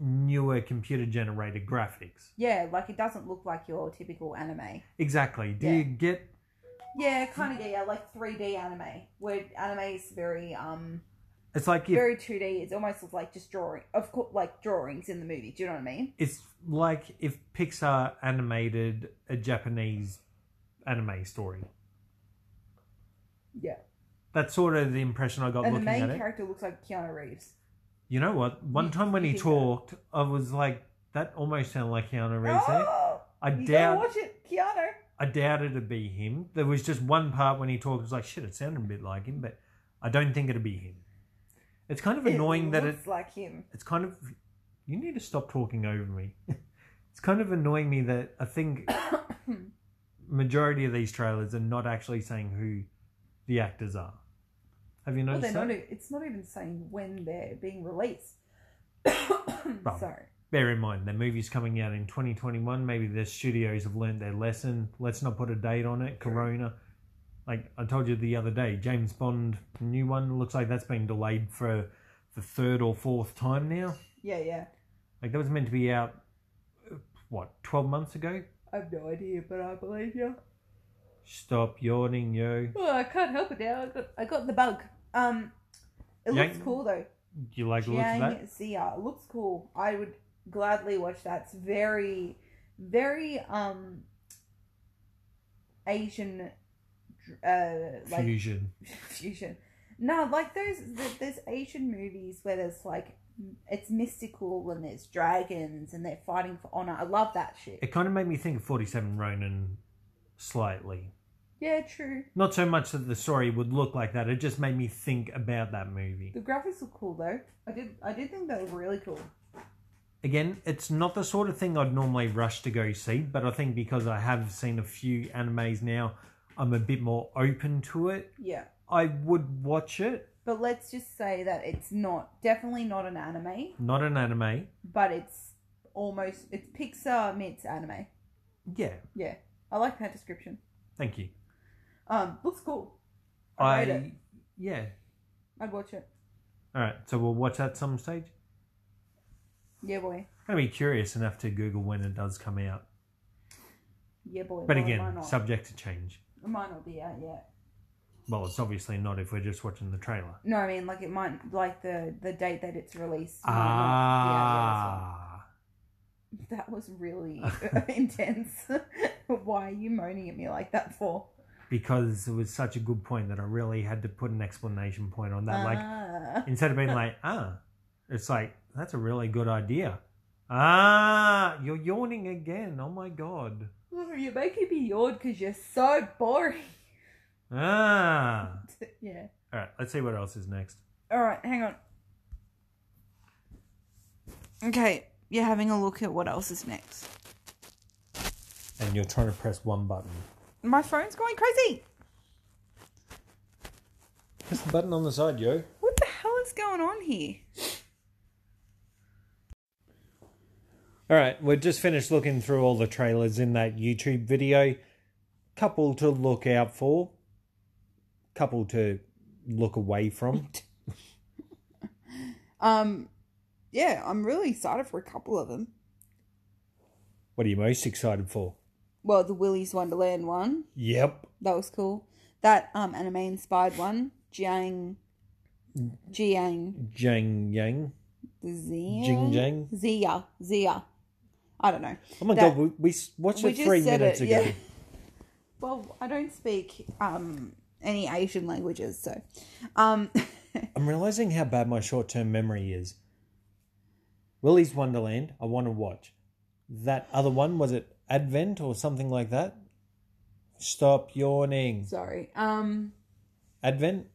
Speaker 2: newer computer-generated graphics.
Speaker 1: Yeah, like it doesn't look like your typical anime.
Speaker 2: Exactly. Do
Speaker 1: Yeah.
Speaker 2: you get?
Speaker 1: Yeah, kind of. Yeah, yeah, like 3D anime, where anime is very um
Speaker 2: It's like if
Speaker 1: very 2D. It almost looks like just drawing, of course, like drawings in the movie. Do you know what I mean?
Speaker 2: it's like if Pixar animated a Japanese anime story.
Speaker 1: Yeah.
Speaker 2: That's sort of the impression I got
Speaker 1: And the
Speaker 2: looking
Speaker 1: main
Speaker 2: at it.
Speaker 1: character looks like Keanu Reeves.
Speaker 2: You know what? One
Speaker 1: You-
Speaker 2: time when
Speaker 1: you
Speaker 2: he
Speaker 1: think
Speaker 2: talked, I was like, that almost sounded like Keanu Reeves. there.
Speaker 1: Oh,
Speaker 2: I
Speaker 1: you gotta
Speaker 2: doubt,
Speaker 1: watch it, Keanu.
Speaker 2: I doubted it'd be him. There was just one part when he talked, it was like, shit, it sounded a bit like him, but I don't think it'd be him. It's kind of annoying that it
Speaker 4: looks like him.
Speaker 2: it's kind of you need to stop talking over me. it's kind of annoying me that I think majority of these trailers are not actually saying who the actors are. Have you
Speaker 4: Well,
Speaker 2: noticed
Speaker 4: they're not.
Speaker 2: that?
Speaker 4: e- It's not even saying when they're being released.
Speaker 2: Well,
Speaker 4: Sorry.
Speaker 2: Bear in mind, their movie's coming out in 2021. Maybe the studios have learned their lesson. Let's not put a date on it. Corona. Like I told you the other day, James Bond new one looks like that's been delayed for the third or fourth time now.
Speaker 4: Yeah, yeah.
Speaker 2: Like that was meant to be out uh, what 12 months ago.
Speaker 4: I've no idea, but I believe you.
Speaker 2: Stop yawning, yo.
Speaker 4: Oh, I can't help it now. I got, I got the bug. Um, it
Speaker 2: Yeah.
Speaker 4: looks cool though.
Speaker 2: Do you like the looks of that?
Speaker 4: Chiang Sia It looks cool. I would gladly watch that. It's very, very um Asian, uh, like
Speaker 2: Fusion.
Speaker 4: fusion. No, like those th- there's Asian movies where there's like it's mystical and there's dragons and they're fighting for honor. I love that shit.
Speaker 2: It kind of made me think of 47 Ronin slightly.
Speaker 4: Yeah, true.
Speaker 2: Not so much that the story would look like that, it just made me think about that movie.
Speaker 4: The graphics look cool though. I did I did think they were really cool.
Speaker 2: Again, it's not the sort of thing I'd normally rush to go see, but I think because I have seen a few animes now, I'm a bit more open to it.
Speaker 4: Yeah.
Speaker 2: I would watch it,
Speaker 4: But let's just say that it's not definitely not an anime,
Speaker 2: not an anime.
Speaker 4: but it's almost it's Pixar meets anime.
Speaker 2: Yeah,
Speaker 4: Yeah. I like that description.
Speaker 2: thank you.
Speaker 4: Um, looks cool. I rate it.
Speaker 2: yeah.
Speaker 4: I'd watch it.
Speaker 2: All right, so we'll watch that some stage.
Speaker 4: Yeah boy.
Speaker 2: I'm gonna be curious enough to Google when it does come out,
Speaker 4: Yeah boy.
Speaker 2: but
Speaker 4: Why- why
Speaker 2: again,
Speaker 4: not?
Speaker 2: subject to change.
Speaker 4: it might not be out yet.
Speaker 2: Well, it's obviously not if we're just watching the trailer.
Speaker 4: No, I mean like it might like the the date that it's released. might not-
Speaker 2: Ah,
Speaker 4: yeah, yeah, that's right. that was really intense. Why are you moaning at me like that for?
Speaker 2: because it was such a good point that I really had to put an explanation point on that.
Speaker 1: Uh-huh.
Speaker 2: Like,
Speaker 4: Ah.
Speaker 2: instead of being like, ah, it's like, that's a really good idea. Ah, you're yawning again. Oh my God.
Speaker 4: Oh, you're making me yawn because you're so boring.
Speaker 2: Ah.
Speaker 4: yeah.
Speaker 2: All right, let's see what else is next.
Speaker 4: All right, hang on.
Speaker 1: Okay, you're having a look at what else is next.
Speaker 2: And you're trying to press one button.
Speaker 1: My phone's going crazy.
Speaker 2: Press the button on the side, yo.
Speaker 1: What the hell is going on here?
Speaker 2: All right, we've just finished looking through all the trailers in that YouTube video. Couple to look out for, couple to look away from.
Speaker 1: Um, yeah, I'm really excited for a couple of them.
Speaker 2: what are you most excited for?
Speaker 1: Well, the Willy's Wonderland one
Speaker 2: Yep.
Speaker 1: that was cool. That um anime inspired one, Jiang, Jiang,
Speaker 2: Jang Yang.
Speaker 1: Zia,
Speaker 2: Jing Jang.
Speaker 1: Zia, Zia. I don't know.
Speaker 2: Oh my
Speaker 1: That-
Speaker 2: god, we, we s- watched
Speaker 1: we
Speaker 2: it
Speaker 1: just
Speaker 2: three
Speaker 1: said
Speaker 2: minutes
Speaker 1: it,
Speaker 2: ago.
Speaker 1: yeah. Well, I don't speak um any Asian languages, so um
Speaker 2: I'm realizing how bad my short term memory is. Willy's Wonderland, I want to watch. That other one, was it Advent or something like that? Stop yawning.
Speaker 1: sorry. Um,
Speaker 2: Advent?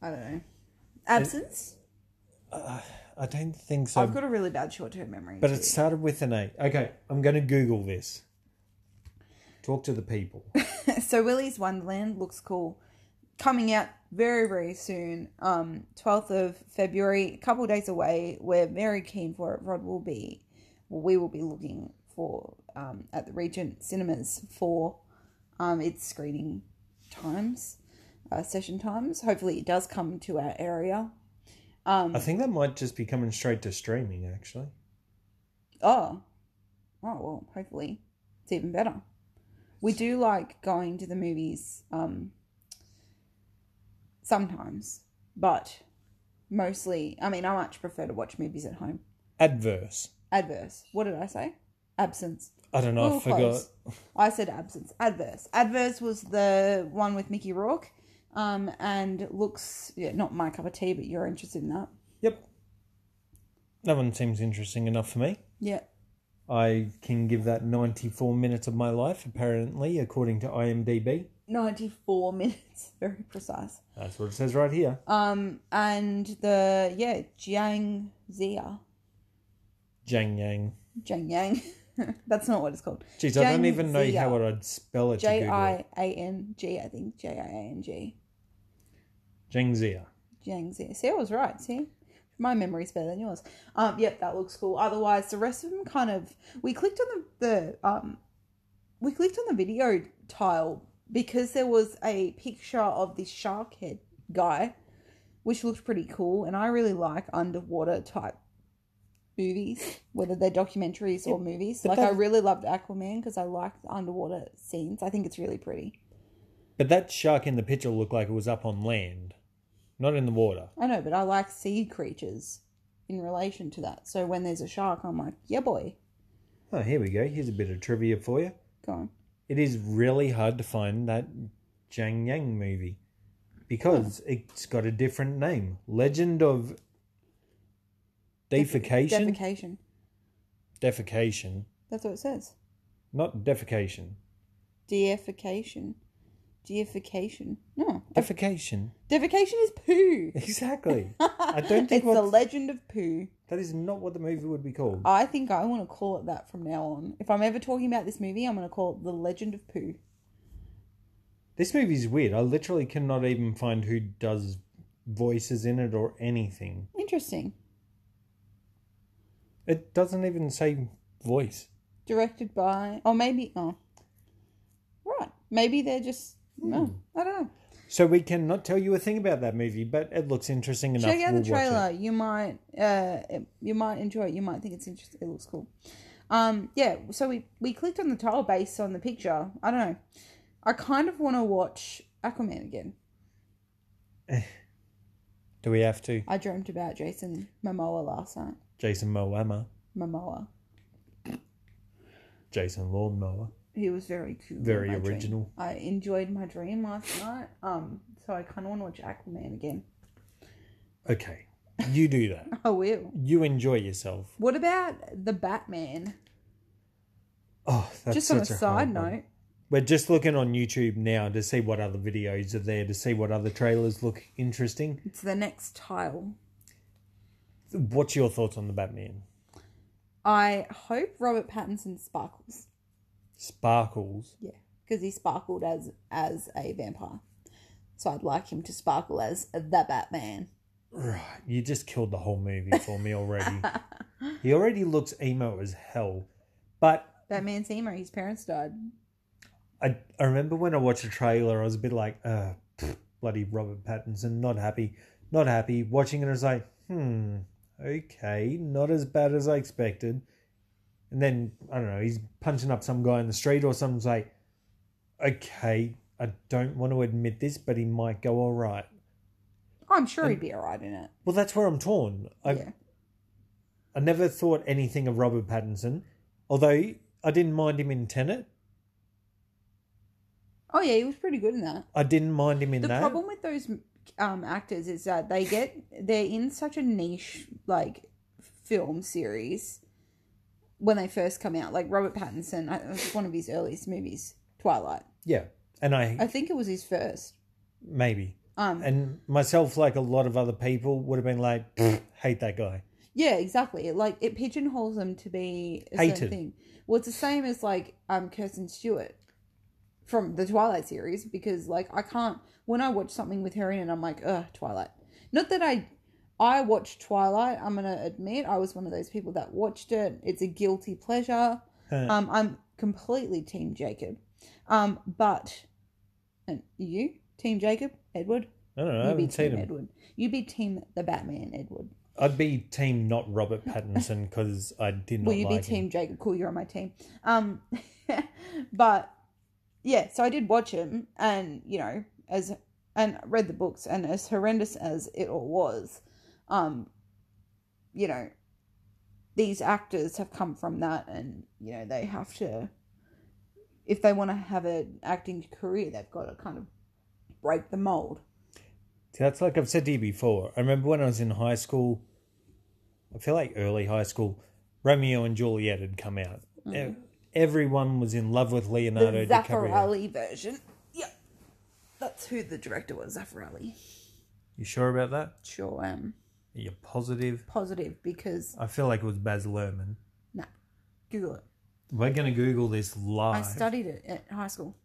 Speaker 1: I don't know. Absence.
Speaker 2: I don't think so.
Speaker 1: I've got a really bad short term memory.
Speaker 2: But
Speaker 1: too.
Speaker 2: it started with an A. Okay, I'm going to Google this. Talk to the people.
Speaker 1: so Willy's Wonderland looks cool. Coming out very, very soon. Um, 12th of February, a couple days away. We're very keen for it. Rod will be, well, we will be looking for um, at the Regent Cinemas for um, its screening times, uh, session times. Hopefully, it does come to our area. Um,
Speaker 2: I think that might just be coming straight to streaming, actually.
Speaker 1: Oh, oh well. Hopefully, it's even better. We do like going to the movies um, sometimes, but mostly. I mean, I much prefer to watch movies at home.
Speaker 2: Adverse.
Speaker 1: Adverse. What did I say? Absence.
Speaker 2: I don't
Speaker 1: We
Speaker 2: know,
Speaker 1: were
Speaker 2: I forgot.
Speaker 1: close. I said absence. Adverse. Adverse was the one with Mickey Rourke, um, and looks yeah, not my cup of tea, but you're interested in that.
Speaker 2: Yep. That one seems interesting enough for me.
Speaker 1: Yeah.
Speaker 2: I can give that 94 minutes of my life, apparently, according to IMDb.
Speaker 1: 94 minutes, very precise.
Speaker 2: That's what it says right here.
Speaker 1: Um, and the yeah, Jiang Zia,
Speaker 2: Jang Yang.
Speaker 1: Jiang Yang. That's not what it's called.
Speaker 2: Jeez, I don't even know
Speaker 1: Jang-zia.
Speaker 2: how I'd spell it.
Speaker 1: J
Speaker 2: J-I.
Speaker 1: I A N G, I think J I A N G.
Speaker 2: Jangzia.
Speaker 1: Jiang Zia. See, I was right. See, my memory's better than yours. Um, yep, that looks cool. Otherwise, the rest of them kind of we clicked on the the um, we clicked on the video tile because there was a picture of this shark head guy, which looked pretty cool, and I really like underwater type movies, whether they're documentaries or movies.
Speaker 2: but
Speaker 1: Like I
Speaker 2: that's-
Speaker 1: really loved Aquaman because I liked the underwater scenes. I think it's really pretty.
Speaker 2: But that shark in the picture looked like it was up on land, not in the water.
Speaker 1: I know, but I like sea creatures in relation to that. So when there's a shark, I'm like, yeah, boy,
Speaker 2: Oh, here we go. Here's a bit of trivia for you.
Speaker 1: go on.
Speaker 2: It is really hard to find that Jang Yang movie because it's got a different name Legend of Defecation.
Speaker 1: Defecation.
Speaker 2: defecation.
Speaker 1: That's what it says.
Speaker 2: Not defecation.
Speaker 1: Deification. Deification. No.
Speaker 2: Defecation.
Speaker 1: Defecation is poo.
Speaker 2: Exactly. I don't
Speaker 1: it's
Speaker 2: think
Speaker 1: the
Speaker 2: what,
Speaker 1: legend of poo.
Speaker 2: that is not what the movie would be called.
Speaker 1: I think I want to call it that from now on. If I'm ever talking about this movie, I'm going to call it the legend of poo.
Speaker 2: This movie is weird. I literally cannot even find who does voices in it or anything.
Speaker 1: Interesting.
Speaker 2: It doesn't even say voice.
Speaker 1: Directed by, or maybe, oh, right. Maybe they're just. No, I don't know.
Speaker 2: So we cannot tell you a thing about that movie, but it looks interesting enough.
Speaker 1: Check out
Speaker 2: We'll
Speaker 1: the
Speaker 2: watch it.
Speaker 1: trailer. You might, uh, it- you might enjoy it. You might think it's interesting. It looks cool. Um, yeah. So we we clicked on the tile based on the picture. I don't know. I kind of want to watch Aquaman again.
Speaker 2: Do we have to?
Speaker 1: I dreamt about Jason Momoa last night.
Speaker 2: Jason Moama.
Speaker 1: Momoa.
Speaker 2: Jason Lawnmower.
Speaker 1: He was very cool. in
Speaker 2: Very
Speaker 1: my dream.
Speaker 2: original.
Speaker 1: I enjoyed my dream last night. Um, so I kind of want to watch Aquaman again.
Speaker 2: Okay. You do that.
Speaker 1: I will.
Speaker 2: You enjoy yourself.
Speaker 1: What about the Batman?
Speaker 2: Oh, that's
Speaker 1: Just on a
Speaker 2: such
Speaker 1: side
Speaker 2: hard one.
Speaker 1: note,
Speaker 2: We're just looking on YouTube now to see what other videos are there, to see what other trailers look interesting.
Speaker 1: it's the next tile.
Speaker 2: What's your thoughts on the Batman?
Speaker 1: I hope Robert Pattinson sparkles.
Speaker 2: Sparkles.
Speaker 1: Yeah, because he sparkled as as a vampire, so I'd like him to sparkle as the Batman.
Speaker 2: Right, you just killed the whole movie for me already. he already looks emo as hell. But
Speaker 1: Batman's emo. His parents died.
Speaker 2: I, I remember when I watched the trailer, I was a bit like, uh, pff, bloody Robert Pattinson, not happy, not happy. Watching it, I was like, hmm, okay, not as bad as I expected. And then, I don't know, he's punching up some guy in the street or something's like, okay, I don't want to admit this, but he might go all right.
Speaker 1: I'm sure he'd be alright in it.
Speaker 2: Well, that's where I'm torn. I,
Speaker 1: yeah,
Speaker 2: I never thought anything of Robert Pattinson, although I didn't mind him in Tenet.
Speaker 1: oh yeah, he was pretty good in that.
Speaker 2: I didn't mind him in
Speaker 1: The
Speaker 2: that.
Speaker 1: problem with those um, actors is that they get they're in such a niche like film series when they first come out. Like Robert Pattinson, I, it was one of his earliest movies, Twilight.
Speaker 2: yeah, and I,
Speaker 1: I think it was his first.
Speaker 2: maybe.
Speaker 1: Um,
Speaker 2: And myself, like a lot of other people, would have been like, "Pfft, hate that guy.
Speaker 1: Yeah, exactly. It, like it pigeonholes them to be a certain
Speaker 2: Hated.
Speaker 1: thing. Well, it's the same as like um Kirsten Stewart from the Twilight series because like I can't when I watch something with her in it, I'm like, ugh, Twilight. Not that I I watched Twilight. I'm gonna admit I was one of those people that watched it. It's a guilty pleasure.
Speaker 2: Huh.
Speaker 1: Um, I'm completely Team Jacob. Um, but and you, Team Jacob, Edward,
Speaker 2: I don't know. I
Speaker 1: you be
Speaker 2: haven't seen
Speaker 1: Team
Speaker 2: him.
Speaker 1: Edward. You be Team the Batman, Edward.
Speaker 2: I'd be team not Robert Pattinson because I did not
Speaker 1: Will you
Speaker 2: like
Speaker 1: be
Speaker 2: him.
Speaker 1: team Jacob? Cool, you're on my team. Um, but yeah, so I did watch him, and you know, as and read the books, and as horrendous as it all was, um, you know, these actors have come from that, and you know, they have to, if they want to have an acting career, they've got to kind of break the mold.
Speaker 2: See, that's like I've said to you before. I remember when I was in high school, I feel like early high school, Romeo and Juliet had come
Speaker 1: Mm-hmm.
Speaker 2: out. E- Everyone was in love with
Speaker 1: The
Speaker 2: Leonardo DiCaprio.
Speaker 1: Zaffarelli version. Yep. That's who the director was, Zafar Ali.
Speaker 2: You sure about that?
Speaker 1: Sure, I'm
Speaker 2: Are you positive?
Speaker 1: positive because
Speaker 2: I feel like it was Baz Luhrmann.
Speaker 1: no, Google it.
Speaker 2: We're going to Google this live.
Speaker 1: I studied it at high school.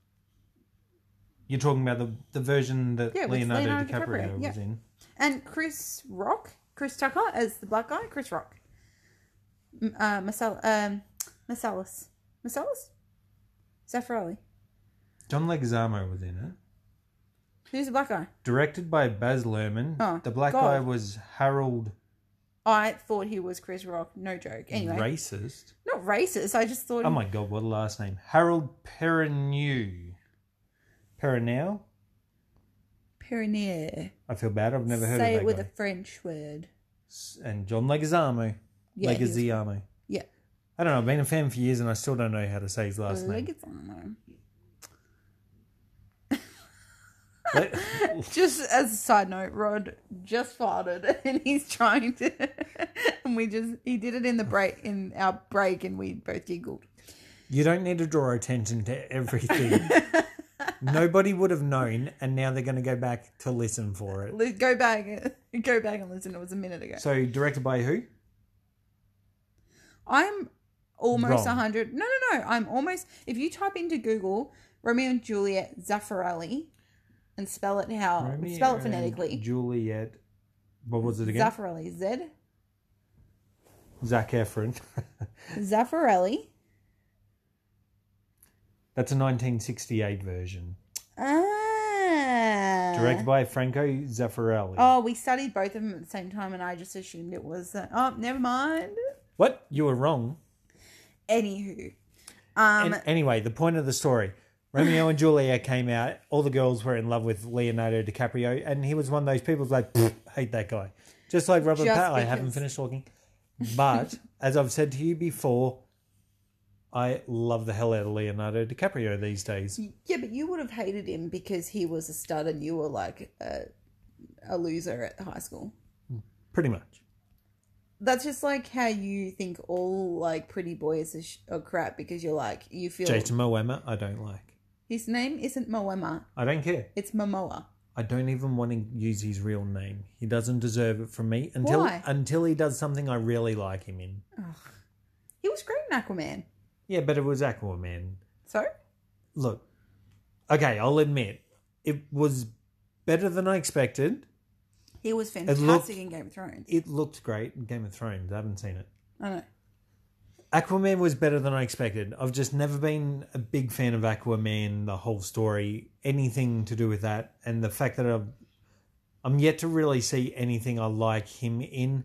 Speaker 2: You're talking about the, the version that
Speaker 1: Yeah, with
Speaker 2: Leonardo,
Speaker 1: Leonardo
Speaker 2: DiCaprio,
Speaker 1: DiCaprio, yeah.
Speaker 2: was in.
Speaker 1: And Chris Rock, Chris Tucker as the black guy, Chris Rock. M- Uh, Masal, um, Masalis, Masalis, Zafar Ali.
Speaker 2: John Leguizamo was in it.
Speaker 1: Who's the black guy?
Speaker 2: Directed by Baz Luhrmann.
Speaker 1: Oh,
Speaker 2: the black
Speaker 1: God.
Speaker 2: guy was Harold
Speaker 1: I thought he was Chris Rock. No joke. Anyway,
Speaker 2: Racist.
Speaker 1: not racist. I just thought.
Speaker 2: Oh my God, what a last name. Harold Perrineau. Perrineau?
Speaker 1: Perrier.
Speaker 2: I feel bad. I've never heard
Speaker 1: Say
Speaker 2: of that
Speaker 1: it with
Speaker 2: guy.
Speaker 1: a French word.
Speaker 2: S- And John Leguizamo.
Speaker 1: Yeah, he was-
Speaker 2: Leguizamo.
Speaker 1: Yeah.
Speaker 2: I don't know. I've been a fan for years and I still don't know how to say his last name.
Speaker 1: Leguizamo.
Speaker 2: Le-
Speaker 1: Just as a side note, Rod just farted and he's trying to, and we just he did it in the break in our break, and we both giggled.
Speaker 2: you don't need to draw attention to everything. Nobody would have known, and now they're going to go back to listen for it.
Speaker 1: Li- Go back, go back and listen. It was a minute ago.
Speaker 2: So, directed by who?
Speaker 1: I'm almost
Speaker 2: Wrong.
Speaker 1: a hundred. No, no, no. I'm almost. If you type into Google Romeo and Juliet Zaffarelli, and spell it how Oh, spell it
Speaker 2: and
Speaker 1: phonetically.
Speaker 2: Juliet. What was it again?
Speaker 1: Zaffarelli. Z.
Speaker 2: Zach Efron.
Speaker 1: Zaffarelli.
Speaker 2: That's a 1968 version.
Speaker 1: Ah.
Speaker 2: Directed by Franco Zeffirelli.
Speaker 1: Oh, we studied both of them at the same time, and I just assumed it was. Uh, oh, never mind.
Speaker 2: What? You were wrong.
Speaker 1: Anywho, Um,
Speaker 2: An- anyway, the point of the story Romeo and Juliet came out. All the girls were in love with Leonardo DiCaprio, and he was one of those people who's like, "Pfft, hate that guy. Just like Robert
Speaker 1: Just
Speaker 2: Pat- I haven't
Speaker 1: because.
Speaker 2: finished talking. But as I've said to you before, I love the hell out of Leonardo DiCaprio these days.
Speaker 1: yeah, but you would have hated him because he was a stud, and you were like a, a loser at high school.
Speaker 2: Pretty much.
Speaker 1: That's just like how you think all like pretty boys are, sh- are crap because you're like you feel
Speaker 2: Jason Momoa, I don't like.
Speaker 1: his name isn't Moema,
Speaker 2: I don't care.
Speaker 1: it's Momoa.
Speaker 2: I don't even want to use his real name. He doesn't deserve it from me until
Speaker 1: Why?
Speaker 2: until he does something I really like him in.
Speaker 1: He was great in Aquaman.
Speaker 2: Yeah, but it was Aquaman.
Speaker 1: So
Speaker 2: Look, okay, I'll admit it was better than I expected.
Speaker 1: he was
Speaker 2: looked-
Speaker 1: fantastic in Game of Thrones.
Speaker 2: It looked great. Game of Thrones. I haven't seen it.
Speaker 1: I know.
Speaker 2: Aquaman was better than I expected. I've just never been a big fan of Aquaman, the whole story, anything to do with that, and the fact that I've, I'm yet to really see anything I like him in.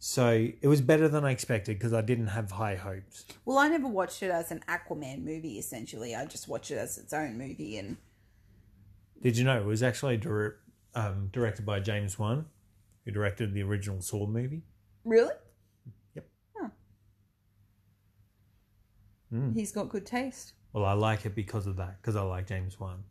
Speaker 2: So it was better than I expected because I didn't have high hopes.
Speaker 1: Well, I never watched it as an Aquaman movie. Essentially, I just watched it as its own movie, and
Speaker 2: Did you know it was actually dir- um, directed by James Wan, who directed the original Saw movie?
Speaker 1: really,
Speaker 2: Yep.
Speaker 1: Huh. he's got good taste.
Speaker 2: Well, I like it because of that, because I like James Wan.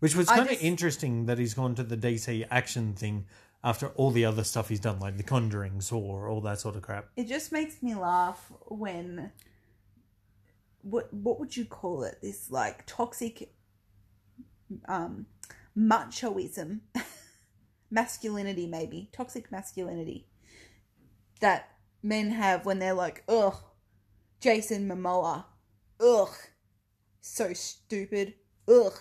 Speaker 2: Which was
Speaker 1: I
Speaker 2: kind of
Speaker 1: just-
Speaker 2: interesting that he's gone to the DC action thing after all the other stuff he's done, like The Conjuring, Saw, all that sort of crap.
Speaker 1: It just makes me laugh when what what would you call it? This like toxic um machoism masculinity maybe. Toxic masculinity that men have when they're like, ugh, Jason Momoa, ugh, so stupid, ugh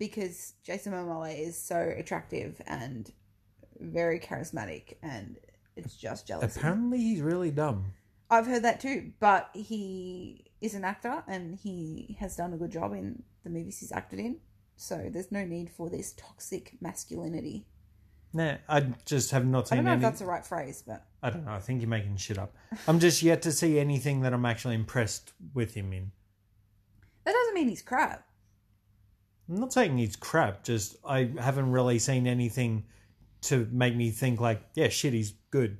Speaker 1: because Jason Momoa is so attractive and very charismatic and it's just jealousy.
Speaker 2: Apparently, he's really dumb.
Speaker 1: I've heard that too, but he is an actor and he has done a good job in the movies he's acted in. So there's no need for this toxic masculinity.
Speaker 2: Nah, I just have not
Speaker 1: I
Speaker 2: seen
Speaker 1: don't know if
Speaker 2: any.
Speaker 1: that's the right phrase, but
Speaker 2: I don't know. I think you're making shit up. I'm just yet to see anything that I'm actually impressed with him in.
Speaker 1: that doesn't mean he's crap.
Speaker 2: I'm not saying he's crap. Just I haven't really seen anything to make me think like, yeah, shit, he's good.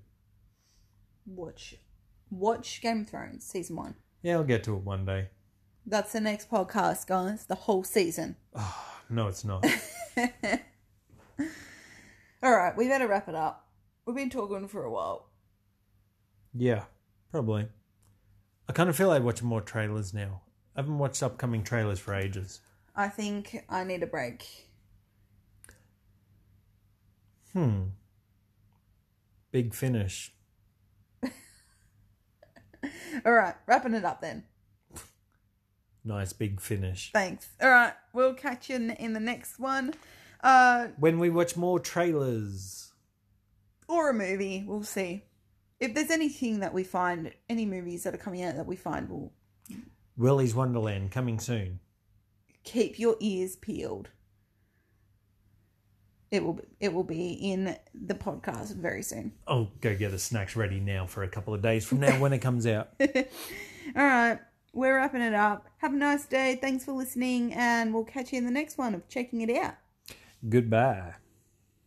Speaker 1: Watch, watch Game of Thrones season one.
Speaker 2: Yeah, I'll get to it one day.
Speaker 1: That's the next podcast, guys. The whole season.
Speaker 2: No, it's not.
Speaker 1: All right, we better wrap it up. We've been talking for a while.
Speaker 2: Yeah, probably. I kind of feel like watching more trailers now. I haven't watched upcoming trailers for ages.
Speaker 1: I think I need a break.
Speaker 2: Hmm. Big finish.
Speaker 1: All right, wrapping it up then.
Speaker 2: Nice big finish.
Speaker 1: Thanks. All right, we'll catch you in, in the next one. Uh,
Speaker 2: When we watch more trailers.
Speaker 1: or a movie, we'll see. If there's anything that we find, any movies that are coming out that we find, we'll
Speaker 2: Willy's Wonderland coming soon.
Speaker 1: keep your ears peeled. It will it will be in the podcast very soon.
Speaker 2: I'll go get the snacks ready now for a couple of days from now when it comes out.
Speaker 1: All right, we're wrapping it up. Have a nice day. Thanks for listening, and we'll catch you in the next one of checking it out.
Speaker 2: Goodbye.